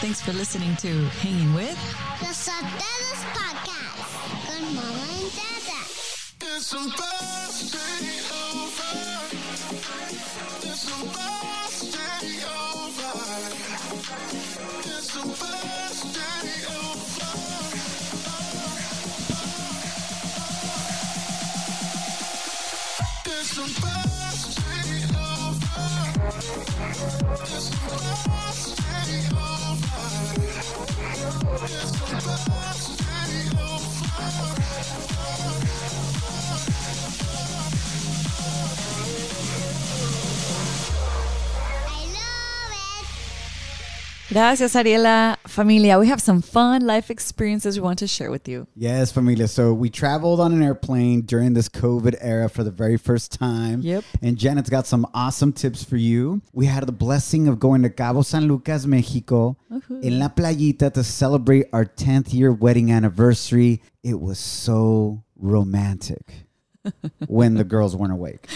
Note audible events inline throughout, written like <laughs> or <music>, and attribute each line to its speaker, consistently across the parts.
Speaker 1: Thanks for listening to Hanging With.
Speaker 2: Los Solteros Podcast con Mamá y Dada.
Speaker 3: It's a best day over. It's a best day over. It's a best day over. It's a best day over. It's a best day over. It's a best day over.
Speaker 2: I love it.
Speaker 1: Gracias, Ariela. Familia, we have some fun life experiences we want to share with you.
Speaker 4: Yes, familia. So we traveled on an airplane during this COVID era for the very first time.
Speaker 1: Yep.
Speaker 4: And Janet's got some awesome tips for you. We had the blessing of going to Cabo San Lucas, Mexico, in La Playita to celebrate our 10th year wedding anniversary. It was so romantic when the girls weren't awake.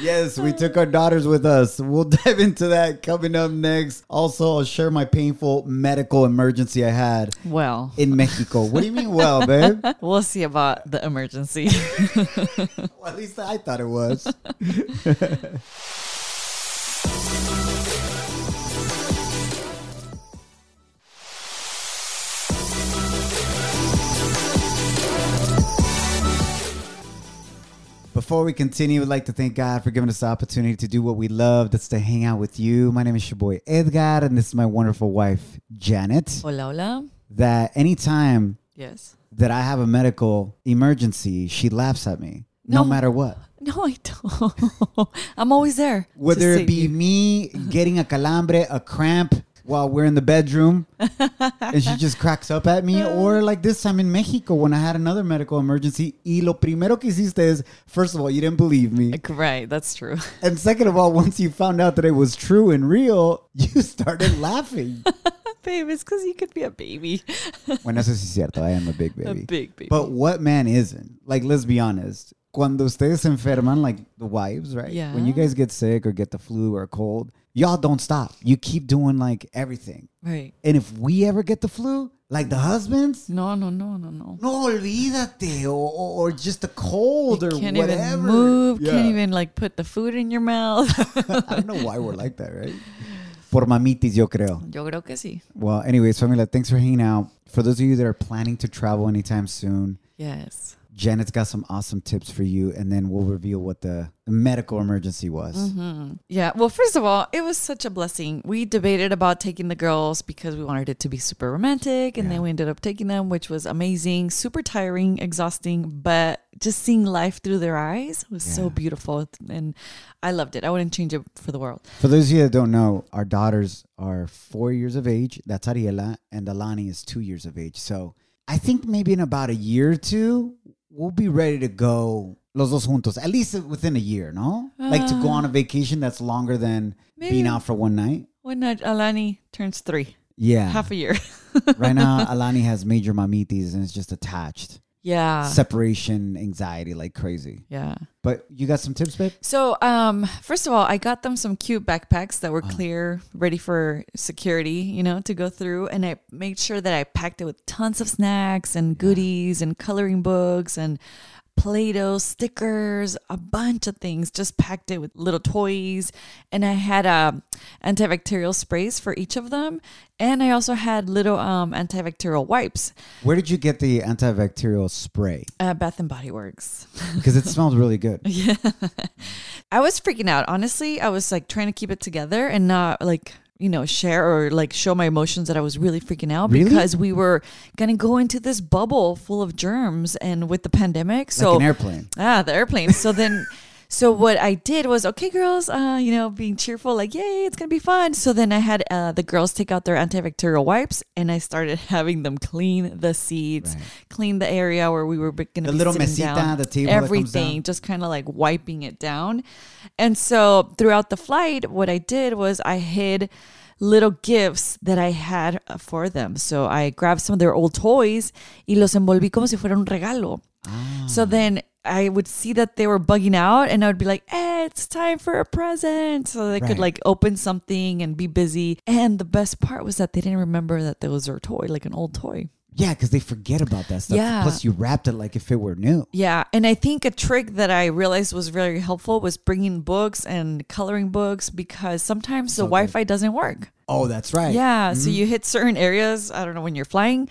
Speaker 4: Yes, we took our daughters with us. We'll dive into that coming up next. Also, I'll share my painful medical emergency I had
Speaker 1: Well,
Speaker 4: in Mexico. What do you mean, well, babe? Well,
Speaker 1: we'll see about the emergency.
Speaker 4: at least I thought it was. Before we continue, I'd like to thank God for giving us the opportunity to do what we love. That's to hang out with you. My name is your boy Edgar, and this is my wonderful wife, Janet.
Speaker 1: <laughs> hola, hola.
Speaker 4: That anytime
Speaker 1: Yes.
Speaker 4: that I have a medical emergency, she laughs at me
Speaker 1: No.
Speaker 4: no, matter what.
Speaker 1: No, I don't. <laughs> I'm always there. to
Speaker 4: Whether
Speaker 1: save
Speaker 4: it be
Speaker 1: you.
Speaker 4: me getting a calambre, a cramp while we're in the
Speaker 1: <laughs>
Speaker 4: bedroom, and she just cracks up at me, or like this time in Mexico when I had another medical emergency. Y lo primero que hiciste is, first of all, you didn't believe me.
Speaker 1: Like, Right, that's true. <laughs>
Speaker 4: And second of all, once you found out that it was true and real, <laughs> you started laughing.
Speaker 1: <laughs> Babe, it's because you could be a baby. <laughs>
Speaker 4: Bueno, eso sí es cierto. I am a big baby.
Speaker 1: big baby.
Speaker 4: But what man isn't? Like, let's be honest. Cuando ustedes se enferman, like the wives, right?
Speaker 1: Yeah.
Speaker 4: When you guys get sick or get the flu or a cold, y'all don't stop. You keep doing like everything.
Speaker 1: right.
Speaker 4: And if we ever get the flu, like the husbands,
Speaker 1: No, no, no, no, no.
Speaker 4: no olvídate, or, or, or just a cold or
Speaker 1: can't
Speaker 4: whatever.
Speaker 1: even move. Can't
Speaker 4: Yeah.
Speaker 1: even like put the food in your mouth.
Speaker 4: <laughs>
Speaker 1: <laughs>
Speaker 4: I don't know why we're like that, right? Por mamitis, yo creo.
Speaker 1: Yo creo que sí.
Speaker 4: Well, anyways, familia, thanks for hanging out. For those of you that are planning to travel anytime soon,
Speaker 1: Yes.
Speaker 4: Janet's got some awesome tips for you, and then we'll reveal what the medical emergency was.
Speaker 1: Yeah. Well, first of all, it was such a blessing. We debated about taking the girls because we wanted it to be super romantic, and then we ended up taking them, which was amazing, super tiring, exhausting, but just seeing life through their eyes was so beautiful, and I loved it. I wouldn't change it for the world.
Speaker 4: For those of you that don't know, our daughters are four years of age. That's Ariela, and Alani is two years of age. So I think maybe in about a year or two, we'll be ready to go los dos juntos, at least within a year, no? like to go on a vacation that's longer than being out for one night.
Speaker 1: When uh, Alani turns three,
Speaker 4: Yeah.
Speaker 1: half a year. <laughs>
Speaker 4: right now, Alani has major mamitis and is just attached.
Speaker 1: yeah.
Speaker 4: Separation anxiety like crazy.
Speaker 1: Yeah.
Speaker 4: But you got some tips, babe?
Speaker 1: So, um, first of all, I got them some cute backpacks that were clear, ready for security, you know, to go through. And I made sure that I packed it with tons of snacks and goodies and coloring books and Play Doh stickers, a bunch of things, just packed it with little toys. And I had um, antibacterial sprays for each of them. And I also had little um, antibacterial wipes
Speaker 4: Where did you get the antibacterial spray?
Speaker 1: at Bath and Body Works.
Speaker 4: Because it smells really good.
Speaker 1: <laughs> I was freaking out. Honestly, I was like trying to keep it together and not like, you know, share or like show my emotions that I was really freaking out
Speaker 4: Really?
Speaker 1: because we were going to go into this bubble full of germs and with the pandemic. So,
Speaker 4: like an airplane.
Speaker 1: ah, the airplane. So
Speaker 4: <laughs>
Speaker 1: then, so what I did was, okay, girls, uh, you know, being cheerful, like, yay, it's going to be fun. So then I had uh, the girls take out their antibacterial wipes and I started <laughs> having them clean the seats,
Speaker 4: Right.
Speaker 1: clean the area where we were going to
Speaker 4: The little
Speaker 1: sitting
Speaker 4: mesita,
Speaker 1: down,
Speaker 4: the table that comes
Speaker 1: everything,
Speaker 4: down.
Speaker 1: just kind of like wiping it down. And so throughout the flight, what I did was I hid little gifts that I had uh, for them. So I grabbed some of their old toys y los envolví como si fuera un regalo. So then I would see that they were bugging out and I would be like, eh, it's time for a present. So they
Speaker 4: Right.
Speaker 1: could like open something and be busy. And the best part was that they didn't remember that there was their toy, like an old toy.
Speaker 4: Yeah, because they forget about that stuff.
Speaker 1: Yeah.
Speaker 4: Plus, you wrapped it like if it were new.
Speaker 1: Yeah. And I think a trick that I realized was very helpful was bringing books and coloring books because sometimes the Wi Fi doesn't work.
Speaker 4: Oh, that's right. Mm-hmm.
Speaker 1: Yeah. So you hit certain areas, I don't know, when you're flying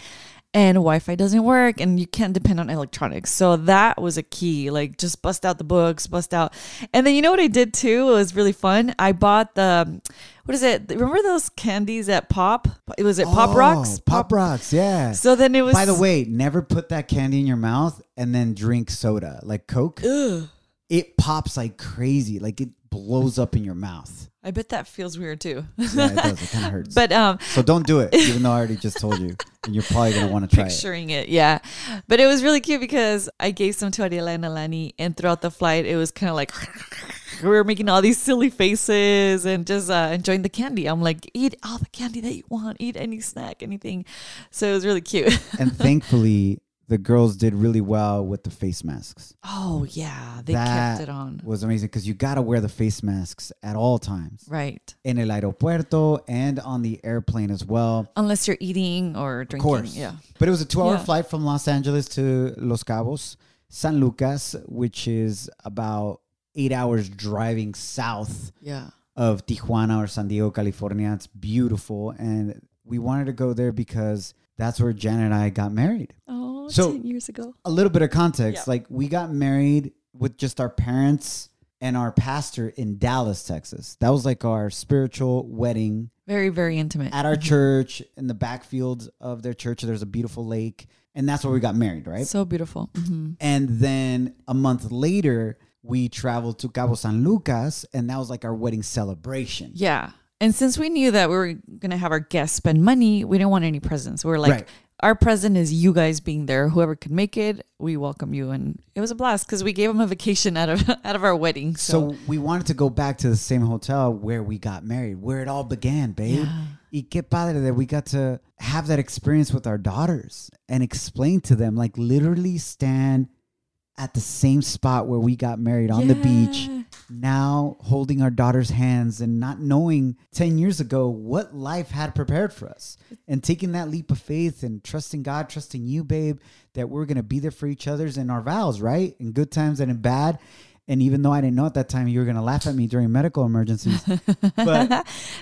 Speaker 1: and Wi Fi doesn't work and you can't depend on electronics. So that was a key. Like just bust out the books, bust out. And then you know what I did too? It was really fun. I bought the, what is it? Remember those candies at Pop? It was it Pop Rocks?
Speaker 4: Oh, Pop, Rocks. Yeah.
Speaker 1: So then it was.
Speaker 4: By the way, never put that candy in your mouth and then drink soda like Coke. It pops like crazy. Like it blows up in your mouth.
Speaker 1: I bet that feels weird too. <laughs>
Speaker 4: Yeah, it does. It kind of hurts.
Speaker 1: but um,
Speaker 4: so don't do it, even though I already just told you. And you're probably going to want to try it.
Speaker 1: picturing it. Yeah. But it was really cute because I gave some to Ariela and Alani, and throughout the flight, it was kind of like <laughs> we were making all these silly faces and just uh, enjoying the candy. I'm like, eat all the candy that you want, eat any snack, anything. So it was really cute. <laughs>
Speaker 4: And thankfully, the girls did really well with the face masks.
Speaker 1: oh, yeah. They
Speaker 4: that
Speaker 1: kept it on.
Speaker 4: was amazing because you got to wear the face masks at all times.
Speaker 1: Right.
Speaker 4: in el aeropuerto and on the airplane as well.
Speaker 1: Unless you're eating or
Speaker 4: Of
Speaker 1: drinking.
Speaker 4: course.
Speaker 1: Yeah.
Speaker 4: But it was a two hour
Speaker 1: Yeah.
Speaker 4: flight from Los Angeles to Los Cabos, San Lucas, which is about eight hours driving south
Speaker 1: Yeah.
Speaker 4: of Tijuana or San Diego, California. It's beautiful. And we wanted to go there because that's where Janet and I got married.
Speaker 1: Oh,
Speaker 4: So-
Speaker 1: 10 years ago.
Speaker 4: A little bit of context
Speaker 1: Yeah.
Speaker 4: like, we got married with just our parents and our pastor in Dallas, Texas. That was like our spiritual wedding
Speaker 1: Very, very intimate.
Speaker 4: at our church in the backfields of their church there's a beautiful lake and that's where we got married right
Speaker 1: So beautiful. hmm
Speaker 4: and then a month later we traveled to cabo san lucas and that was like our wedding celebration
Speaker 1: Yeah. And since we knew that we were going to have our guests spend money, we didn't want any presents. We were like,
Speaker 4: Right.
Speaker 1: our present is you guys being there. Whoever could make it, we welcome you. And it was a blast because we gave them a vacation out of <laughs> out of our wedding. So,
Speaker 4: so we wanted to go back to the same hotel where we got married where it all began babe
Speaker 1: Yeah.
Speaker 4: Y qué padre that we got to have that experience with our daughters and explain to them, like literally stand at the same spot where we got married on the beach,
Speaker 1: Yeah.
Speaker 4: now holding our daughters' hands and not knowing 10 years ago what life had prepared for us and taking that leap of faith and trusting God, trusting you, babe, that we're going to be there for each other's in our vows, right? In good times and in bad. And even though I didn't know at that time you were going to laugh at me during medical emergencies,
Speaker 1: <laughs>
Speaker 4: but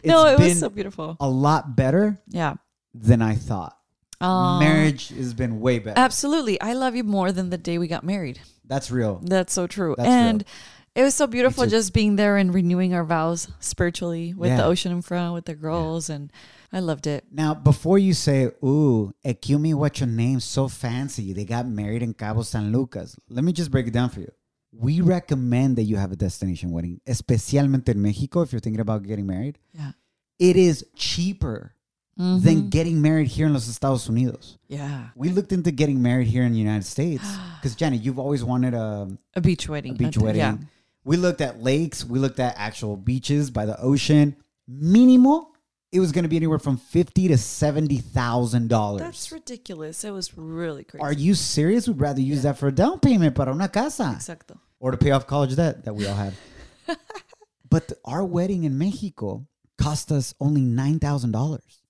Speaker 1: no, it
Speaker 4: it's been
Speaker 1: was so beautiful.
Speaker 4: a lot better
Speaker 1: Yeah.
Speaker 4: than I thought.
Speaker 1: Aw.
Speaker 4: Marriage has been way better.
Speaker 1: Absolutely. I love you more than the day we got married.
Speaker 4: That's real.
Speaker 1: That's so true.
Speaker 4: That's
Speaker 1: and
Speaker 4: real.
Speaker 1: it was so beautiful
Speaker 4: too.
Speaker 1: just being there and renewing our vows spiritually with
Speaker 4: Yeah.
Speaker 1: the ocean in front, with the girls. And I loved it.
Speaker 4: Now, before you say, ooh, Ekumi, what's your name? So fancy. They got married in Cabo San Lucas. Let me just break it down for you. We recommend that you have a destination wedding, especialmente in Mexico, if you're thinking about getting married.
Speaker 1: Yeah.
Speaker 4: It is cheaper than getting married here in Los Estados Unidos.
Speaker 1: Yeah.
Speaker 4: We looked into getting married here in the United States because, Janet, you've always wanted um, a,
Speaker 1: A beach wedding.
Speaker 4: a beach
Speaker 1: th-
Speaker 4: wedding.
Speaker 1: Yeah.
Speaker 4: We looked at lakes. We looked at actual beaches by the ocean. Minimal, it was going to be anywhere from fifty to seventy thousand
Speaker 1: That's
Speaker 4: dollars.
Speaker 1: ridiculous. It was really crazy.
Speaker 4: Are you serious? We'd rather use that for a down payment para una casa
Speaker 1: Exacto.
Speaker 4: or to pay off college debt that we all
Speaker 1: <laughs>
Speaker 4: had. but th- our wedding in Mexico cost us only nine thousand dollars,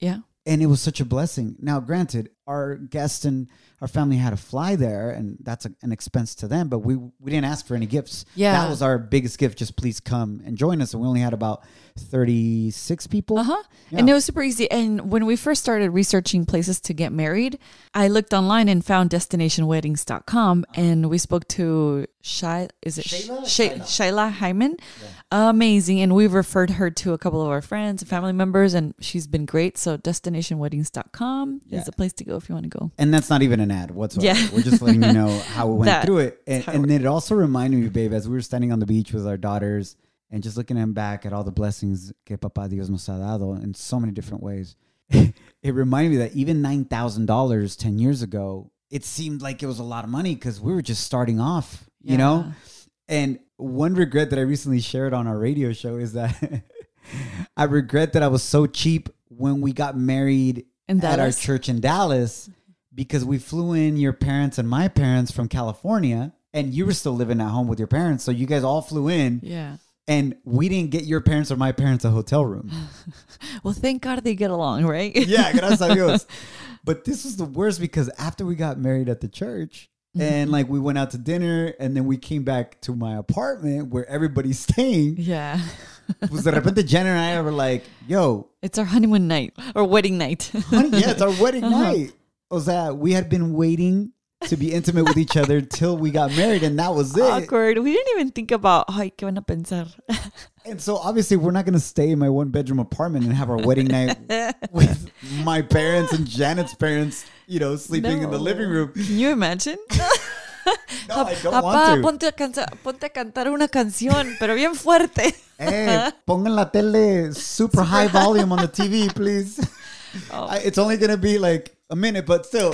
Speaker 1: Yeah.
Speaker 4: and it was such a blessing. Now, granted, our guests and our family had to fly there, and that's a, an expense to them. But we we didn't ask for any gifts.
Speaker 1: Yeah.
Speaker 4: that was our biggest gift. Just please come and join us. And we only had about thirty six people.
Speaker 1: Uh huh.
Speaker 4: Yeah.
Speaker 1: And it was super easy. And when we first started researching places to get married, I looked online and found destinationweddings.com and we spoke to Shy is it
Speaker 4: Uh-huh. Shayla?
Speaker 1: Shay- Shayla Hyman? Amazing. And we've referred her to a couple of our friends and family members and she's been great. So destinationweddings.com
Speaker 4: Yeah.
Speaker 1: is the place to go if you want to go.
Speaker 4: And that's not even an ad whatsoever.
Speaker 1: Yeah.
Speaker 4: We're just letting you know how
Speaker 1: <laughs>
Speaker 4: we went
Speaker 1: That-
Speaker 4: through it. And,
Speaker 1: that's how it
Speaker 4: and it also reminded me, babe, as we were standing on the beach with our daughters and just looking them back at all the blessings que Papa Dios nos ha dado in so many different ways. <laughs> it reminded me that even $9,000 10 years ago, it seemed like it was a lot of money because we were just starting off, you know? And one regret that I recently shared on our radio show is that <laughs> I regret that I was so cheap when we got married
Speaker 1: In
Speaker 4: at our
Speaker 1: Dallas?
Speaker 4: church in Dallas because we flew in your parents and my parents from California and you were still living at home with your parents, so you guys all flew in,
Speaker 1: Yeah.
Speaker 4: and we didn't get your parents or my parents a hotel room.
Speaker 1: Well, thank God they get along, right?
Speaker 4: yeah, gracias a Dios. But this was the worst because after we got married at the church, and like we went out to dinner, and then we came back to my apartment where everybody's
Speaker 1: <laughs>
Speaker 4: staying.
Speaker 1: <laughs> yeah.
Speaker 4: Was de repente Jen and I were like, "Yo,
Speaker 1: It's our honeymoon night or wedding night. <laughs>
Speaker 4: honey, Oh, yeah, it's our wedding night." Was that we had been waiting to be intimate with each other till we got married, and that was it.
Speaker 1: Awkward. We didn't even think about how que van a pensar. <laughs>
Speaker 4: And so obviously we're not going to stay in my one bedroom apartment and have our wedding night with my parents and Janet's parents, you know, sleeping in the living room.
Speaker 1: Can you imagine?
Speaker 4: <laughs> No, I don't
Speaker 1: Papá,
Speaker 4: want to.
Speaker 1: ponte a, cansa- ponte a cantar una canción, pero bien
Speaker 4: <laughs>
Speaker 1: fuerte.
Speaker 4: Eh, pongan la tele super high volume on the TV, please. I, it's only going to be like a minute, but still.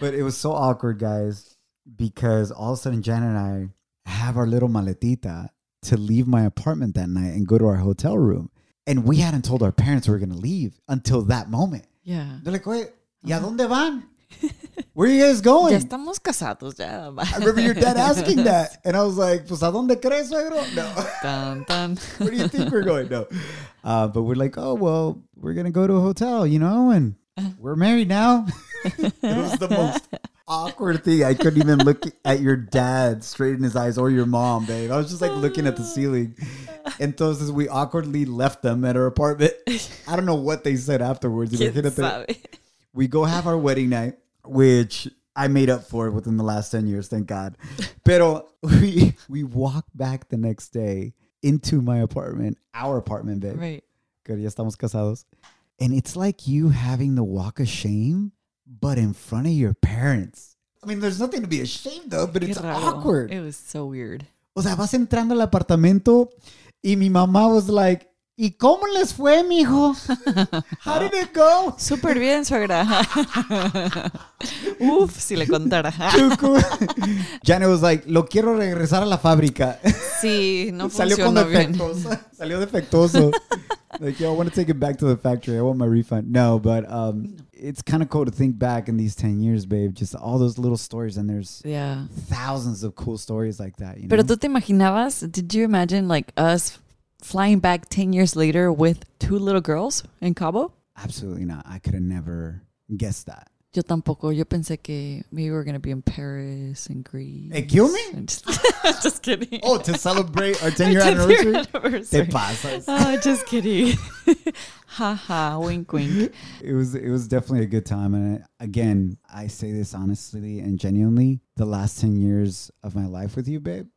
Speaker 4: but it was so awkward, guys, because all of a sudden Janet and I have our little maletita to leave my apartment that night and go to our hotel room. And we hadn't told our parents we were going to leave until that moment.
Speaker 1: Yeah.
Speaker 4: They're like, wait, ¿y a dónde van? Where are you guys going?
Speaker 1: Ya estamos casados, ya.
Speaker 4: I remember your dad asking that. And I was like, pues, ¿a dónde crees, suegro? No.
Speaker 1: Tan,
Speaker 4: <laughs>
Speaker 1: tan.
Speaker 4: Where do you think we're going? No. Uh, but we're like, oh, well, we're going to go to a hotel, you know, and we're married now. <laughs> it was the most awkward thing. I couldn't even look at your dad straight in his eyes or your mom, babe. I was just like looking at the ceiling. Entonces, we awkwardly left them at our apartment. I don't know what they said afterwards.
Speaker 1: ¿Quién
Speaker 4: Imagínate.
Speaker 1: sabe?
Speaker 4: We go have our wedding night, which I made up for within the last 10 years, thank God. Pero we we walk back the next day into my apartment, our apartment, babe.
Speaker 1: Right.
Speaker 4: Que ya estamos casados. And it's like you having the walk of shame, but in front of your parents. I mean, there's nothing to be ashamed of, but
Speaker 1: Qué
Speaker 4: it's
Speaker 1: raro. Eh.
Speaker 4: awkward.
Speaker 1: It was so weird.
Speaker 4: O sea, vas entrando al apartamento y mi mamá was like, ¿Y cómo les
Speaker 1: <laughs>
Speaker 4: fue, mijo? How did it go?
Speaker 1: Súper bien, suegra. <laughs>
Speaker 4: <laughs>
Speaker 1: Uf, si le contara. Ah,
Speaker 4: Tucu. Janet was like, lo quiero regresar a la fábrica.
Speaker 1: Sí, no
Speaker 4: <laughs> Salió con
Speaker 1: funcionó bien.
Speaker 4: defectos. Salió defectoso. like, yo, I want to take it back to the factory. I want my refund. No, but um, it's kind of cool to think back in these 10 years, babe. Just all those little stories. And there's
Speaker 1: Yeah.
Speaker 4: thousands of cool stories like that. You know?
Speaker 1: Pero tú te imaginabas, did you imagine like us flying back 10 years later with two little girls in Cabo?
Speaker 4: Absolutely not. I could have never
Speaker 1: <laughs>
Speaker 4: guessed that.
Speaker 1: Yo tampoco. Yo pensé que maybe we were going to be in Paris and Greece.
Speaker 4: Hey, Eh, kill me?
Speaker 1: and Just, <laughs> just kidding.
Speaker 4: Oh, to celebrate our 10
Speaker 1: Our <laughs>
Speaker 4: year
Speaker 1: 10-year
Speaker 4: anniversary? Te
Speaker 1: <laughs> anniversary.
Speaker 4: pasas.
Speaker 1: Oh, just kidding. <laughs> ha ha, wink wink.
Speaker 4: it was it was definitely a good time and I, again i say this honestly and genuinely the last 10 years of my life with you babe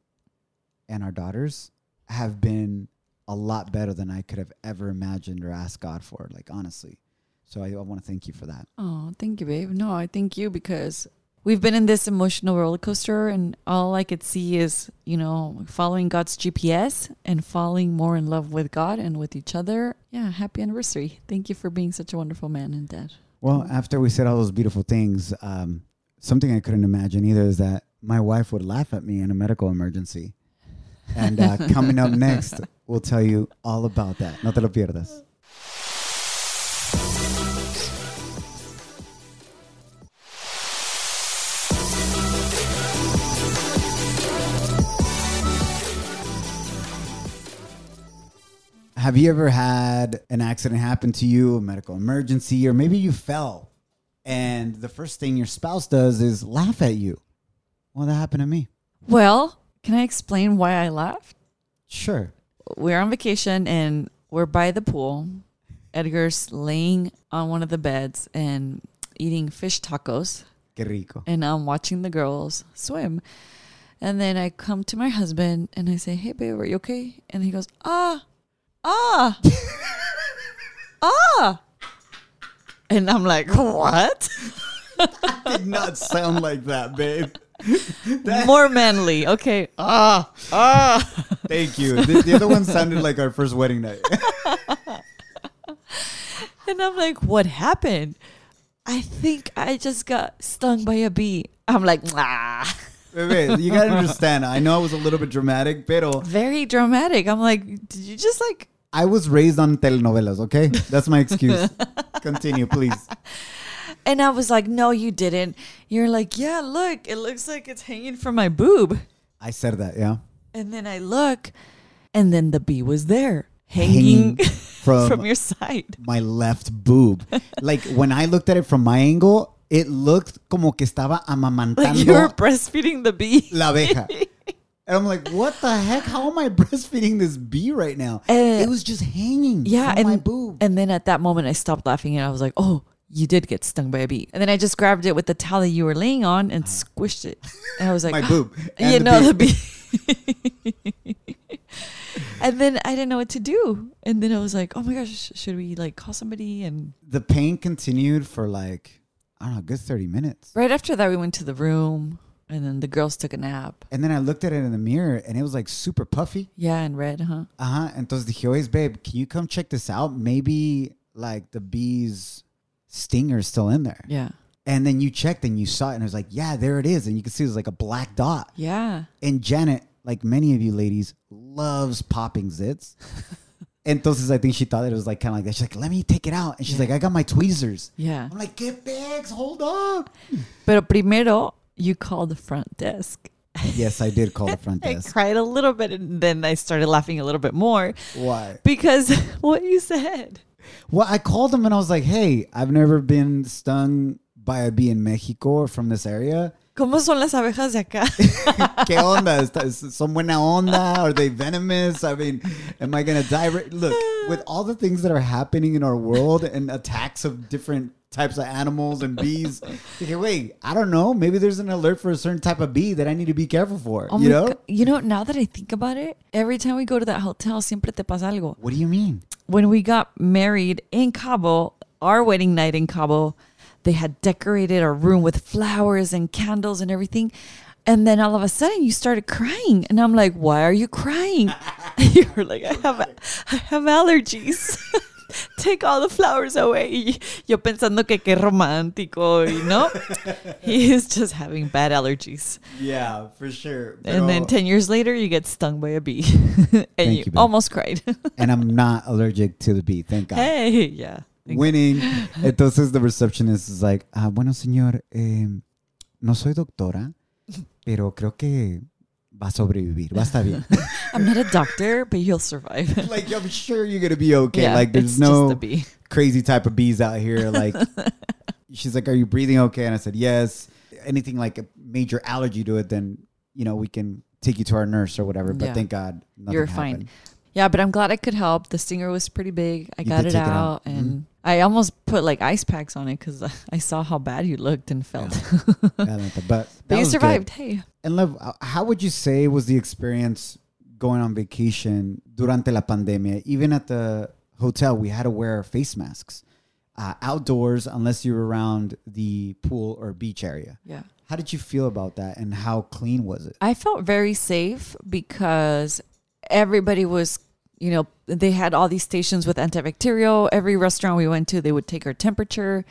Speaker 4: and our daughters have been a lot better than i could have ever imagined or asked god for like honestly so i, I want to thank you for that
Speaker 1: Oh, thank you, babe. No, I thank you because we've been in this emotional roller coaster, and all I could see is, you know, following God's GPS and falling more in love with God and with each other. Yeah, happy anniversary. Thank you for being such a wonderful man and dad.
Speaker 4: well after we said all those beautiful things um, something i couldn't imagine either is that my wife would laugh at me in a medical emergency and uh, coming up next we'll tell you all about that no te lo pierdas Have you ever had an accident happen to you, a medical emergency, or maybe you fell and the first thing your spouse does is laugh at you? Well, that happened to me.
Speaker 1: Well, can I explain why I laughed?
Speaker 4: Sure.
Speaker 1: we're on vacation and we're by the pool. Edgar's laying on one of the beds and eating fish tacos,
Speaker 4: Que rico.
Speaker 1: and I'm watching the girls swim. And then I come to my husband and I say, "Hey, babe, are you okay?" And he goes, "Ah, ah, ah," and I'm like, "What?"
Speaker 4: Did not sound like that, babe.
Speaker 1: More manly, okay? Ah, ah.
Speaker 4: Thank you. The, the other one sounded like our first wedding <laughs> night.
Speaker 1: And I'm like, what happened? I think I just got stung by a bee. I'm like, "Mwah."
Speaker 4: Wait, wait, you gotta understand. I know I was a little bit dramatic, pero
Speaker 1: very dramatic. I'm like, did you just like?
Speaker 4: <laughs> I was raised on telenovelas. Okay, that's my excuse. Continue, please.
Speaker 1: And I was like, no, you didn't. You're like, yeah, look, it looks like it's hanging from my boob.
Speaker 4: I said that, yeah.
Speaker 1: And then I look, and then the bee was there hanging, <laughs>
Speaker 4: Hanging from-
Speaker 1: from, your side.
Speaker 4: My
Speaker 1: <laughs>
Speaker 4: left boob. like when I looked at it from my angle, it looked como que estaba
Speaker 1: Like you were
Speaker 4: amamantando
Speaker 1: breastfeeding the bee.
Speaker 4: la abeja. And I'm like, what the heck? How am I <laughs> breastfeeding this bee right now?
Speaker 1: Uh,
Speaker 4: it was just
Speaker 1: <laughs>
Speaker 4: hanging
Speaker 1: yeah,
Speaker 4: from
Speaker 1: and
Speaker 4: my boob.
Speaker 1: and then at that moment I stopped laughing and I was like, oh, you did get stung by a bee. And then I just grabbed it with the towel that you were laying on and squished it. And I
Speaker 4: <laughs>
Speaker 1: was like, "Ah,
Speaker 4: Uh-huh. my boob. and
Speaker 1: you
Speaker 4: the
Speaker 1: know
Speaker 4: bee.
Speaker 1: the bee.
Speaker 4: <laughs>
Speaker 1: <laughs> and then I didn't know what to do. And then I was like, oh my gosh, sh- should we like call somebody? And
Speaker 4: the pain continued for like, I don't know, a good 30 minutes.
Speaker 1: right after that, we went to the room and then the girls took a nap.
Speaker 4: And then I looked at it in the mirror and it was like super puffy.
Speaker 1: Yeah, and red, huh?
Speaker 4: Uh huh. Entonces dije, oye, babe, can you come check this out? Maybe like the bee's stinger is still in there.
Speaker 1: Yeah.
Speaker 4: And then you checked and you saw it and it was like, yeah, there it is. And you can see it was like a black dot.
Speaker 1: Yeah.
Speaker 4: And Janet, like many of you ladies, loves popping zits. Entonces I think she thought that it was like kind of like that. She's like, let me take it out. And she's like, I got my tweezers.
Speaker 1: Yeah.
Speaker 4: I'm like, get bags, hold up.
Speaker 1: But primero, you called the front desk.
Speaker 4: yes, I did call the front
Speaker 1: I
Speaker 4: desk.
Speaker 1: cried a little bit and then I started laughing a little bit more
Speaker 4: Why?
Speaker 1: because <laughs> what you said.
Speaker 4: Well, I called them and I was like, hey, I've never been stung by a bee in Mexico or from this area.
Speaker 1: ¿Cómo son las abejas de acá?
Speaker 4: ¿Qué onda? Está- is some buena onda? Are they venomous? I mean, am I going to die? Right? Look, with all the things that are happening in our world and attacks of different types of animals and bees, okay, wait, I don't know. Maybe there's an alert for a certain type of bee that I need to be careful for,
Speaker 1: Oh
Speaker 4: you
Speaker 1: my
Speaker 4: know?
Speaker 1: go- you know, now that I think about it, every time we go to that hotel, siempre te pasa algo.
Speaker 4: What do you mean?
Speaker 1: When we got married in Cabo, our wedding night in Cabo, they had decorated our room with flowers and candles and everything. And then all of a sudden you started crying. And I'm like, why are you crying? <laughs> you were like, I have, I have allergies. <laughs> Take all the flowers away. Yo pensando que qué romántico, you know? <laughs> he is just having bad allergies.
Speaker 4: Yeah, for sure.
Speaker 1: And then 10 years later, you get stung by a bee <laughs> and
Speaker 4: Thank
Speaker 1: you,
Speaker 4: you, babe.
Speaker 1: almost cried. <laughs>
Speaker 4: and I'm not allergic to the bee, thank God.
Speaker 1: hey, yeah. <laughs>
Speaker 4: winning. Entonces the receptionist is like, ah, bueno señor, em, no soy doctora, pero creo que va a sobrevivir, va a
Speaker 1: <laughs>
Speaker 4: estar bien.
Speaker 1: I'm not a doctor, but you'll survive.
Speaker 4: like I'm sure you're gonna be
Speaker 1: <laughs>
Speaker 4: okay.
Speaker 1: yeah,
Speaker 4: like
Speaker 1: it's
Speaker 4: there's
Speaker 1: just a
Speaker 4: no
Speaker 1: bee.
Speaker 4: crazy type of bees out here.
Speaker 1: <laughs>
Speaker 4: Like she's like, are you breathing okay? And I said yes. Anything like a major allergy to it, then you know we can take you to our nurse or whatever. But
Speaker 1: Yeah.
Speaker 4: thank God, nothing
Speaker 1: You're
Speaker 4: happened.
Speaker 1: fine. Yeah, but I'm glad I could help. The stinger was pretty big. I
Speaker 4: You
Speaker 1: got it
Speaker 4: did take it
Speaker 1: out,
Speaker 4: out. Mm-hmm.
Speaker 1: and I almost put like ice packs on it because <laughs> I saw how bad you looked and felt. <laughs>
Speaker 4: Yeah, I meant that, but that
Speaker 1: but you
Speaker 4: was good.
Speaker 1: survived. Hey.
Speaker 4: And Lev, uh, how would you say was the experience going on vacation durante la pandemia? Even at the hotel, we had to wear face masks uh, outdoors unless you were around the pool or beach area.
Speaker 1: Yeah.
Speaker 4: How did you feel about that and how clean was it?
Speaker 1: I felt very safe because everybody was, you know, they had all these stations with antibacterial. Every restaurant we went to, they would take our temperature,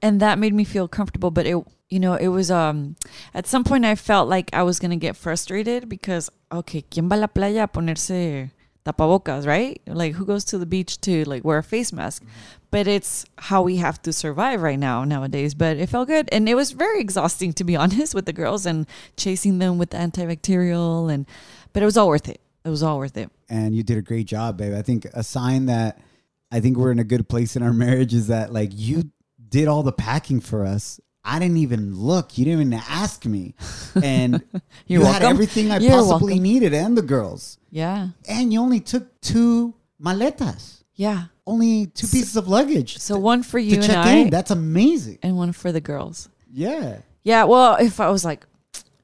Speaker 1: and that made me feel comfortable. But it, you know, it was um. At some point, I felt like I was gonna get frustrated because okay, quién va a la playa a ponerse tapabocas, right? Like who goes to the beach to like wear a face mask? But it's how we have to survive right now nowadays. But it felt good and it was very exhausting to be <laughs> honest with the girls and chasing them with the antibacterial and but it was all worth it. It was all worth it.
Speaker 4: And you did a great job, babe. I think a sign that I think we're in a good place in our <laughs> marriage is that like you did all the packing for us. I didn't even look. You didn't even ask me. And you
Speaker 1: <laughs> You're
Speaker 4: had
Speaker 1: welcome.
Speaker 4: everything I
Speaker 1: You're
Speaker 4: possibly
Speaker 1: welcome.
Speaker 4: needed and the girls.
Speaker 1: Yeah.
Speaker 4: and you only took two maletas,
Speaker 1: Yeah.
Speaker 4: only two pieces of luggage.
Speaker 1: So
Speaker 4: to-
Speaker 1: one for
Speaker 4: to
Speaker 1: you and
Speaker 4: check
Speaker 1: I
Speaker 4: in. That's amazing.
Speaker 1: and one for the girls.
Speaker 4: Yeah.
Speaker 1: <laughs> Yeah, well, if I was like,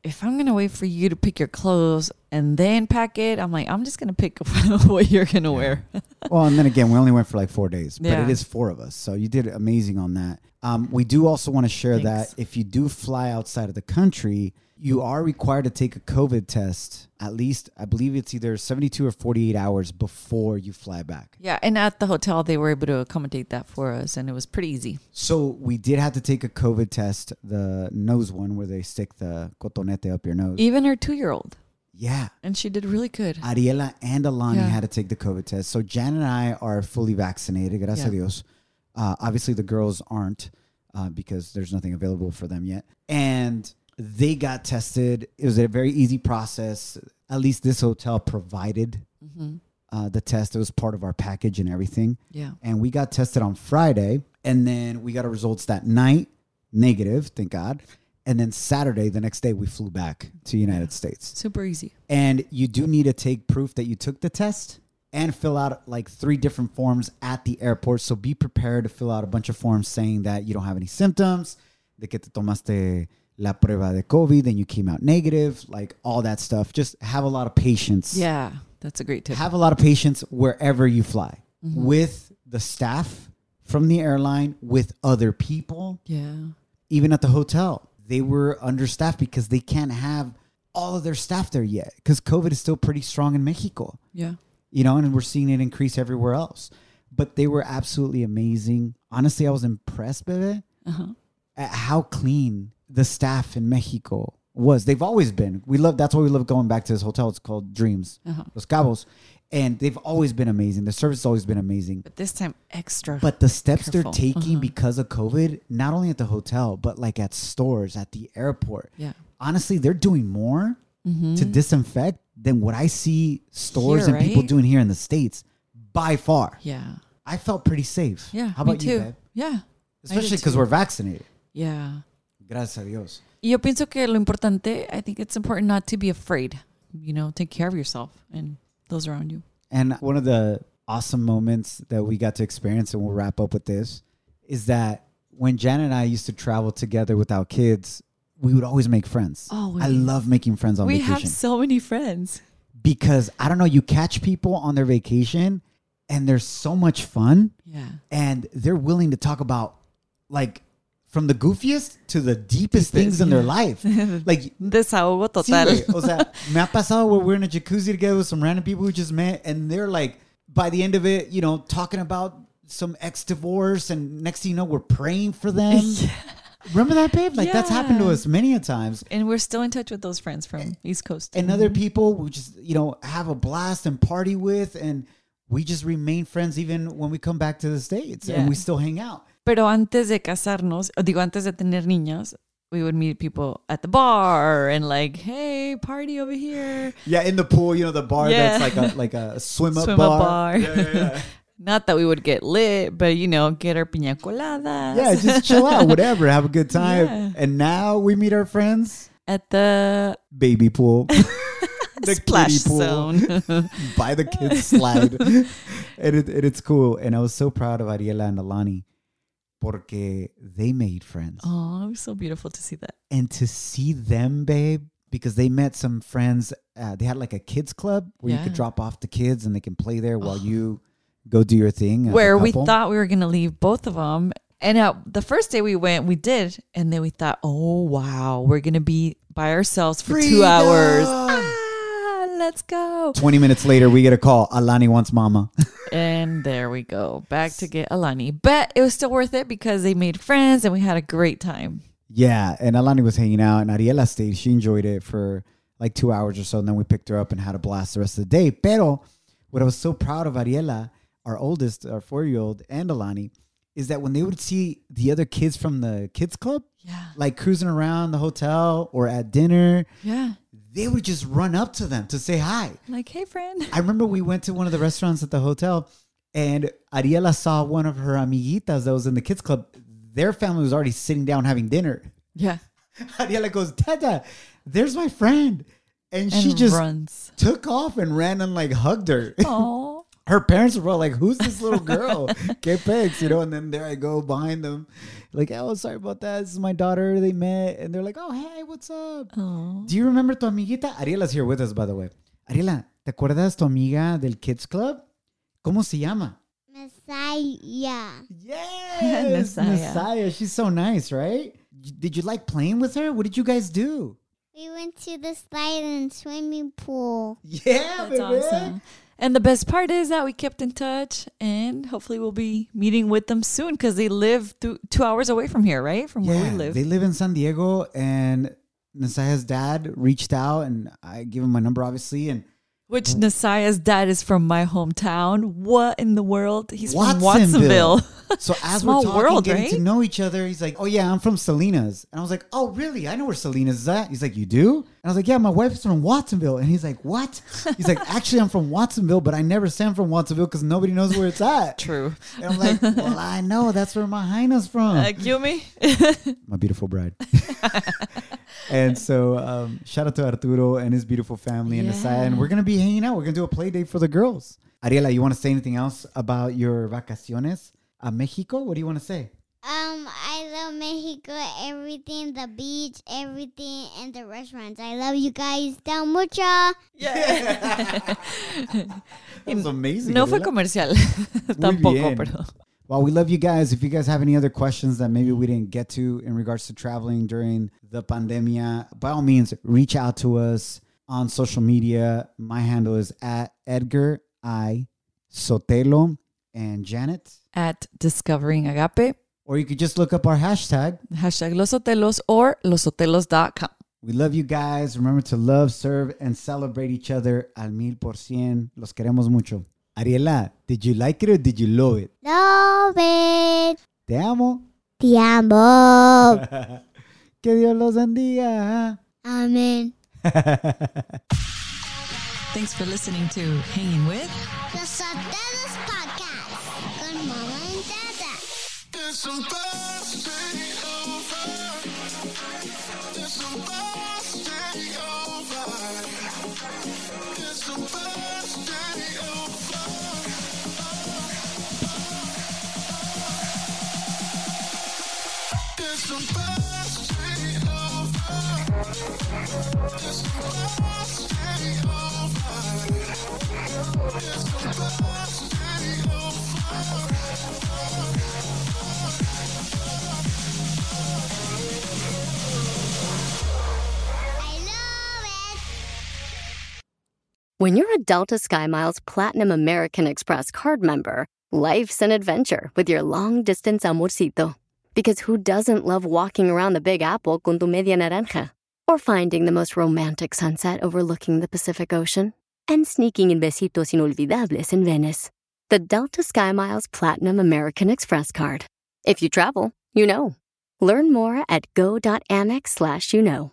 Speaker 1: if I'm gonna wait for you to pick your clothes and then pack it, I'm like, I'm just gonna pick <laughs> what you're gonna wear.
Speaker 4: well, and then again, we only went for like four days, but
Speaker 1: Yeah.
Speaker 4: it is four of us. So you did amazing on that. Um, we do also want to share
Speaker 1: Thanks.
Speaker 4: that if you do fly outside of the country, you are required to take a COVID test at least, I believe it's either 72 or 48 hours before you fly back.
Speaker 1: Yeah, and at the hotel they were able to accommodate that for us, and it was pretty easy.
Speaker 4: So we did have to take a COVID test, the nose one where they stick the cotonete up your nose.
Speaker 1: Even her two-year-old,
Speaker 4: yeah.
Speaker 1: and she did really good.
Speaker 4: Ariela and Alani
Speaker 1: Yeah.
Speaker 4: had to take the COVID test. So Jan and I are fully vaccinated, gracias a
Speaker 1: Yeah.
Speaker 4: Dios. Uh, obviously, the girls aren't. uh, because there's nothing available for them yet. And they got tested. It was a very easy process. At least this hotel provided uh, the test. It was part of our package and everything.
Speaker 1: Mm-hmm. Yeah.
Speaker 4: And we got tested on Friday, and then we got our results that night, negative, thank God. And then Saturday, the next day, we flew back to United States
Speaker 1: Super easy.
Speaker 4: and you do need to take proof that you took the test and fill out like three different forms at the airport. So be prepared to fill out a bunch of forms saying that you don't have any symptoms, de que te tomaste la prueba de COVID, and you came out negative, like all that stuff. Just have a lot of patience.
Speaker 1: Yeah. That's a great tip.
Speaker 4: Have a lot of patience wherever you fly with the staff from the airline, with other people
Speaker 1: yeah.
Speaker 4: even at the hotel, they were understaffed because they can't have all of their staff there yet because COVID is still pretty strong in Mexico,
Speaker 1: Yeah.
Speaker 4: you know, and we're seeing it increase everywhere else. But they were absolutely amazing. Honestly, I was impressed, bebe, at how clean the staff in Mexico was. They've always been. We love that's why we love going back to this hotel. It's called Dreams Los Cabos, and they've always been amazing. The service has always been amazing.
Speaker 1: But this time extra.
Speaker 4: But the steps
Speaker 1: Careful. Mm-hmm.
Speaker 4: they're taking because of COVID, not only at the hotel, but like at stores, at the airport.
Speaker 1: Yeah. Mm-hmm.
Speaker 4: Honestly, they're doing more to disinfect than what I see stores
Speaker 1: Here,
Speaker 4: and people
Speaker 1: right?
Speaker 4: doing here in the States by far.
Speaker 1: yeah.
Speaker 4: I felt pretty safe.
Speaker 1: Yeah.
Speaker 4: How
Speaker 1: me
Speaker 4: about
Speaker 1: too.
Speaker 4: you, babe?
Speaker 1: Yeah. I did
Speaker 4: Especially because
Speaker 1: too.
Speaker 4: we're vaccinated.
Speaker 1: Yeah.
Speaker 4: Gracias a Dios.
Speaker 1: Y Yo pienso que lo importante, I think it's important not to be afraid. You know, take care of yourself and those around you.
Speaker 4: And one of the awesome moments that we got to experience, and we'll wrap up with this, is that when Jan and I used to travel together without kids, we would always make friends. I
Speaker 1: Always.
Speaker 4: love making friends on
Speaker 1: we
Speaker 4: vacation.
Speaker 1: have so many friends.
Speaker 4: because I don't know, you catch people on their vacation and there's so much fun
Speaker 1: Yeah.
Speaker 4: and they're willing to talk about like from the goofiest to the deepest, things in their life.
Speaker 1: <laughs>
Speaker 4: like
Speaker 1: Desahogo
Speaker 4: sí,
Speaker 1: total.
Speaker 4: güey, o sea, me ha pasado where we're in a jacuzzi together with some random people we just met and they're like by the end of it, you know, talking about some ex divorce and next thing you know, we're praying for
Speaker 1: <laughs>
Speaker 4: them. Remember that, babe? Like that's happened to
Speaker 1: Yeah.
Speaker 4: us many a times.
Speaker 1: <laughs> and we're still in touch with those friends from East Coast.
Speaker 4: Eh, and other people we just you know have a blast and party with and we just remain friends even when we come back to the states and
Speaker 1: Yeah.
Speaker 4: we still hang out
Speaker 1: Pero antes de casarnos, o digo, antes de tener niños, we would meet people at the bar and like, hey, party over here.
Speaker 4: yeah in the pool you know the bar
Speaker 1: Yeah.
Speaker 4: that's like a
Speaker 1: <laughs>
Speaker 4: like a swim up
Speaker 1: swim
Speaker 4: bar,
Speaker 1: up bar. <laughs> Not that we would get lit, but you know, get our piña coladas.
Speaker 4: yeah just chill out whatever have
Speaker 1: <laughs>
Speaker 4: a good time
Speaker 1: Yeah.
Speaker 4: and now we meet our friends
Speaker 1: <laughs> at the,
Speaker 4: baby pool
Speaker 1: <laughs>
Speaker 4: the kiddie
Speaker 1: splash
Speaker 4: <laughs>
Speaker 1: zone.
Speaker 4: by the kids slide
Speaker 1: <laughs>
Speaker 4: and, it, and it's cool and i was so proud of ariela and alani porque they made friends
Speaker 1: oh, it was so beautiful to see that.
Speaker 4: and to see them, babe, because they met some friends. Uh, they had like a kids club where you could
Speaker 1: Yeah. Oh.
Speaker 4: drop off the kids and they can play there while you go do your thing. as a
Speaker 1: Where we
Speaker 4: couple.
Speaker 1: thought we were going to leave both of them. And uh, the first day we went, we did. And then we thought, oh, wow, we're going to be by ourselves for two hours.
Speaker 4: Freedom!
Speaker 1: Ah, let's go.
Speaker 4: Twenty minutes later, we get a call. Alani wants mama. <laughs>
Speaker 1: And there we go. Back to get Alani. But it was still worth it because they made friends and we had a great time.
Speaker 4: yeah, and Alani was hanging out, and Ariela stayed. She enjoyed it for like two hours or so, and then we picked her up and had a blast the rest of the day. Pero what I was so proud of Ariela, our oldest, our four-year-old, and Alani, is that when they would see the other kids from the kids club,
Speaker 1: Yeah.
Speaker 4: like cruising around the hotel or at dinner,
Speaker 1: Yeah.
Speaker 4: they would just run up to them to say hi.
Speaker 1: Like, hey, friend.
Speaker 4: I remember we went to one of the restaurants at the hotel and Ariela saw one of her amiguitas that was in the kids club. Their family was already sitting down having dinner.
Speaker 1: Yeah.
Speaker 4: Ariela goes, Tata, there's my friend.
Speaker 1: <laughs> And
Speaker 4: And, she just
Speaker 1: runs.
Speaker 4: took off and ran and like hugged her. <laughs>
Speaker 1: Oh.
Speaker 4: her parents were all like, "Who's this little
Speaker 1: <laughs>
Speaker 4: girl? Get pics," you know. And then there I go behind them, like, "Oh, sorry about that. This is my daughter. They met, and they're like, oh, hey, what's up?
Speaker 1: Oh.
Speaker 4: Do you remember tu amiguita? Ariela's here with us, by the way. Ariela, ¿te acuerdas tu amiga del Kids Club? ¿Cómo
Speaker 1: <laughs>
Speaker 4: se llama?
Speaker 2: Messiah.
Speaker 4: Yes,
Speaker 1: Messiah.
Speaker 4: Messiah. She's so nice, right? Did you like playing with her? What did you guys do?
Speaker 2: We went to the slide and swimming pool.
Speaker 4: Yeah,
Speaker 1: That's
Speaker 4: baby.
Speaker 1: awesome. And the best part is that we kept in touch and hopefully we'll be meeting with them soon because they live th- two hours away from here, right? From where we live.
Speaker 4: They live in San Diego, and Nasiah's dad reached out, and I gave him my number, obviously, and
Speaker 1: Which Nasiah's dad is from my hometown. What in the world? He's
Speaker 4: Watsonville.
Speaker 1: from Watsonville. <laughs>
Speaker 4: So as
Speaker 1: Small
Speaker 4: we're talking,
Speaker 1: world,
Speaker 4: getting
Speaker 1: right?
Speaker 4: to know each other, he's like, "Oh yeah, I'm from Salinas," and I was like, "Oh really? I know where Salinas is at." He's like, "You do?" And I was like, "Yeah, my wife's from Watsonville," and he's like, "What?" He's
Speaker 1: <laughs>
Speaker 4: like, "Actually, I'm from Watsonville, but I never stand from Watsonville because nobody knows where it's at."
Speaker 1: True. <laughs>
Speaker 4: And I'm like, "Well, I know that's where my Heina's from,
Speaker 1: Like Yumi.
Speaker 4: my beautiful bride." <laughs> and so, um, shout out to Arturo and his beautiful family and Asaya, and we're gonna be hanging out. We're gonna do a play date for the girls. Ariela, you want to say anything else about your vacaciones? A Mexico? What do you want to say?
Speaker 2: Um, I love Mexico, everything, the beach, everything, and the restaurants. I love you guys. Te amo mucho.
Speaker 4: That was amazing.
Speaker 1: No fue
Speaker 4: Adela.
Speaker 1: comercial. <laughs>
Speaker 4: Muy
Speaker 1: Tampoco,
Speaker 4: bien.
Speaker 1: pero.
Speaker 4: Well, we love you guys. If you guys have any other questions that maybe we didn't get to in regards to traveling during the pandemia, by all means, reach out to us on social media. My handle is at Edgar I Sotelo and Janet.
Speaker 1: At Discovering Agape,
Speaker 4: Or you could just look up our hashtag.
Speaker 1: hashtag Los Hotelos or losotelos.com.
Speaker 4: We love you guys. Remember to love, serve, and celebrate each other al mil por cien. Los queremos mucho. Ariela, did you like it or did you love it?
Speaker 2: Love it.
Speaker 4: Te amo.
Speaker 2: Te amo.
Speaker 4: Que Dios los bendiga.
Speaker 2: Amen.
Speaker 1: Thanks for listening to Hanging With.
Speaker 2: Los Hoteles Podcast con Mama and Dada.
Speaker 3: There's some Thursday over. There's some Thursday over. There's some Thursday over. There's some Thursday over. There's some Thursday over. There's some Thursday over.
Speaker 2: I love it.
Speaker 5: When you're a Delta SkyMiles Platinum American Express card member, life's an adventure with your long distance amorcito. Because who doesn't love walking around the Big Apple con tu media naranja? Or finding the most romantic sunset overlooking the Pacific Ocean? And sneaking in besitos inolvidables in Venice. The Delta SkyMiles Platinum American Express card. If you travel, you know. Learn more at go.amex slash you know.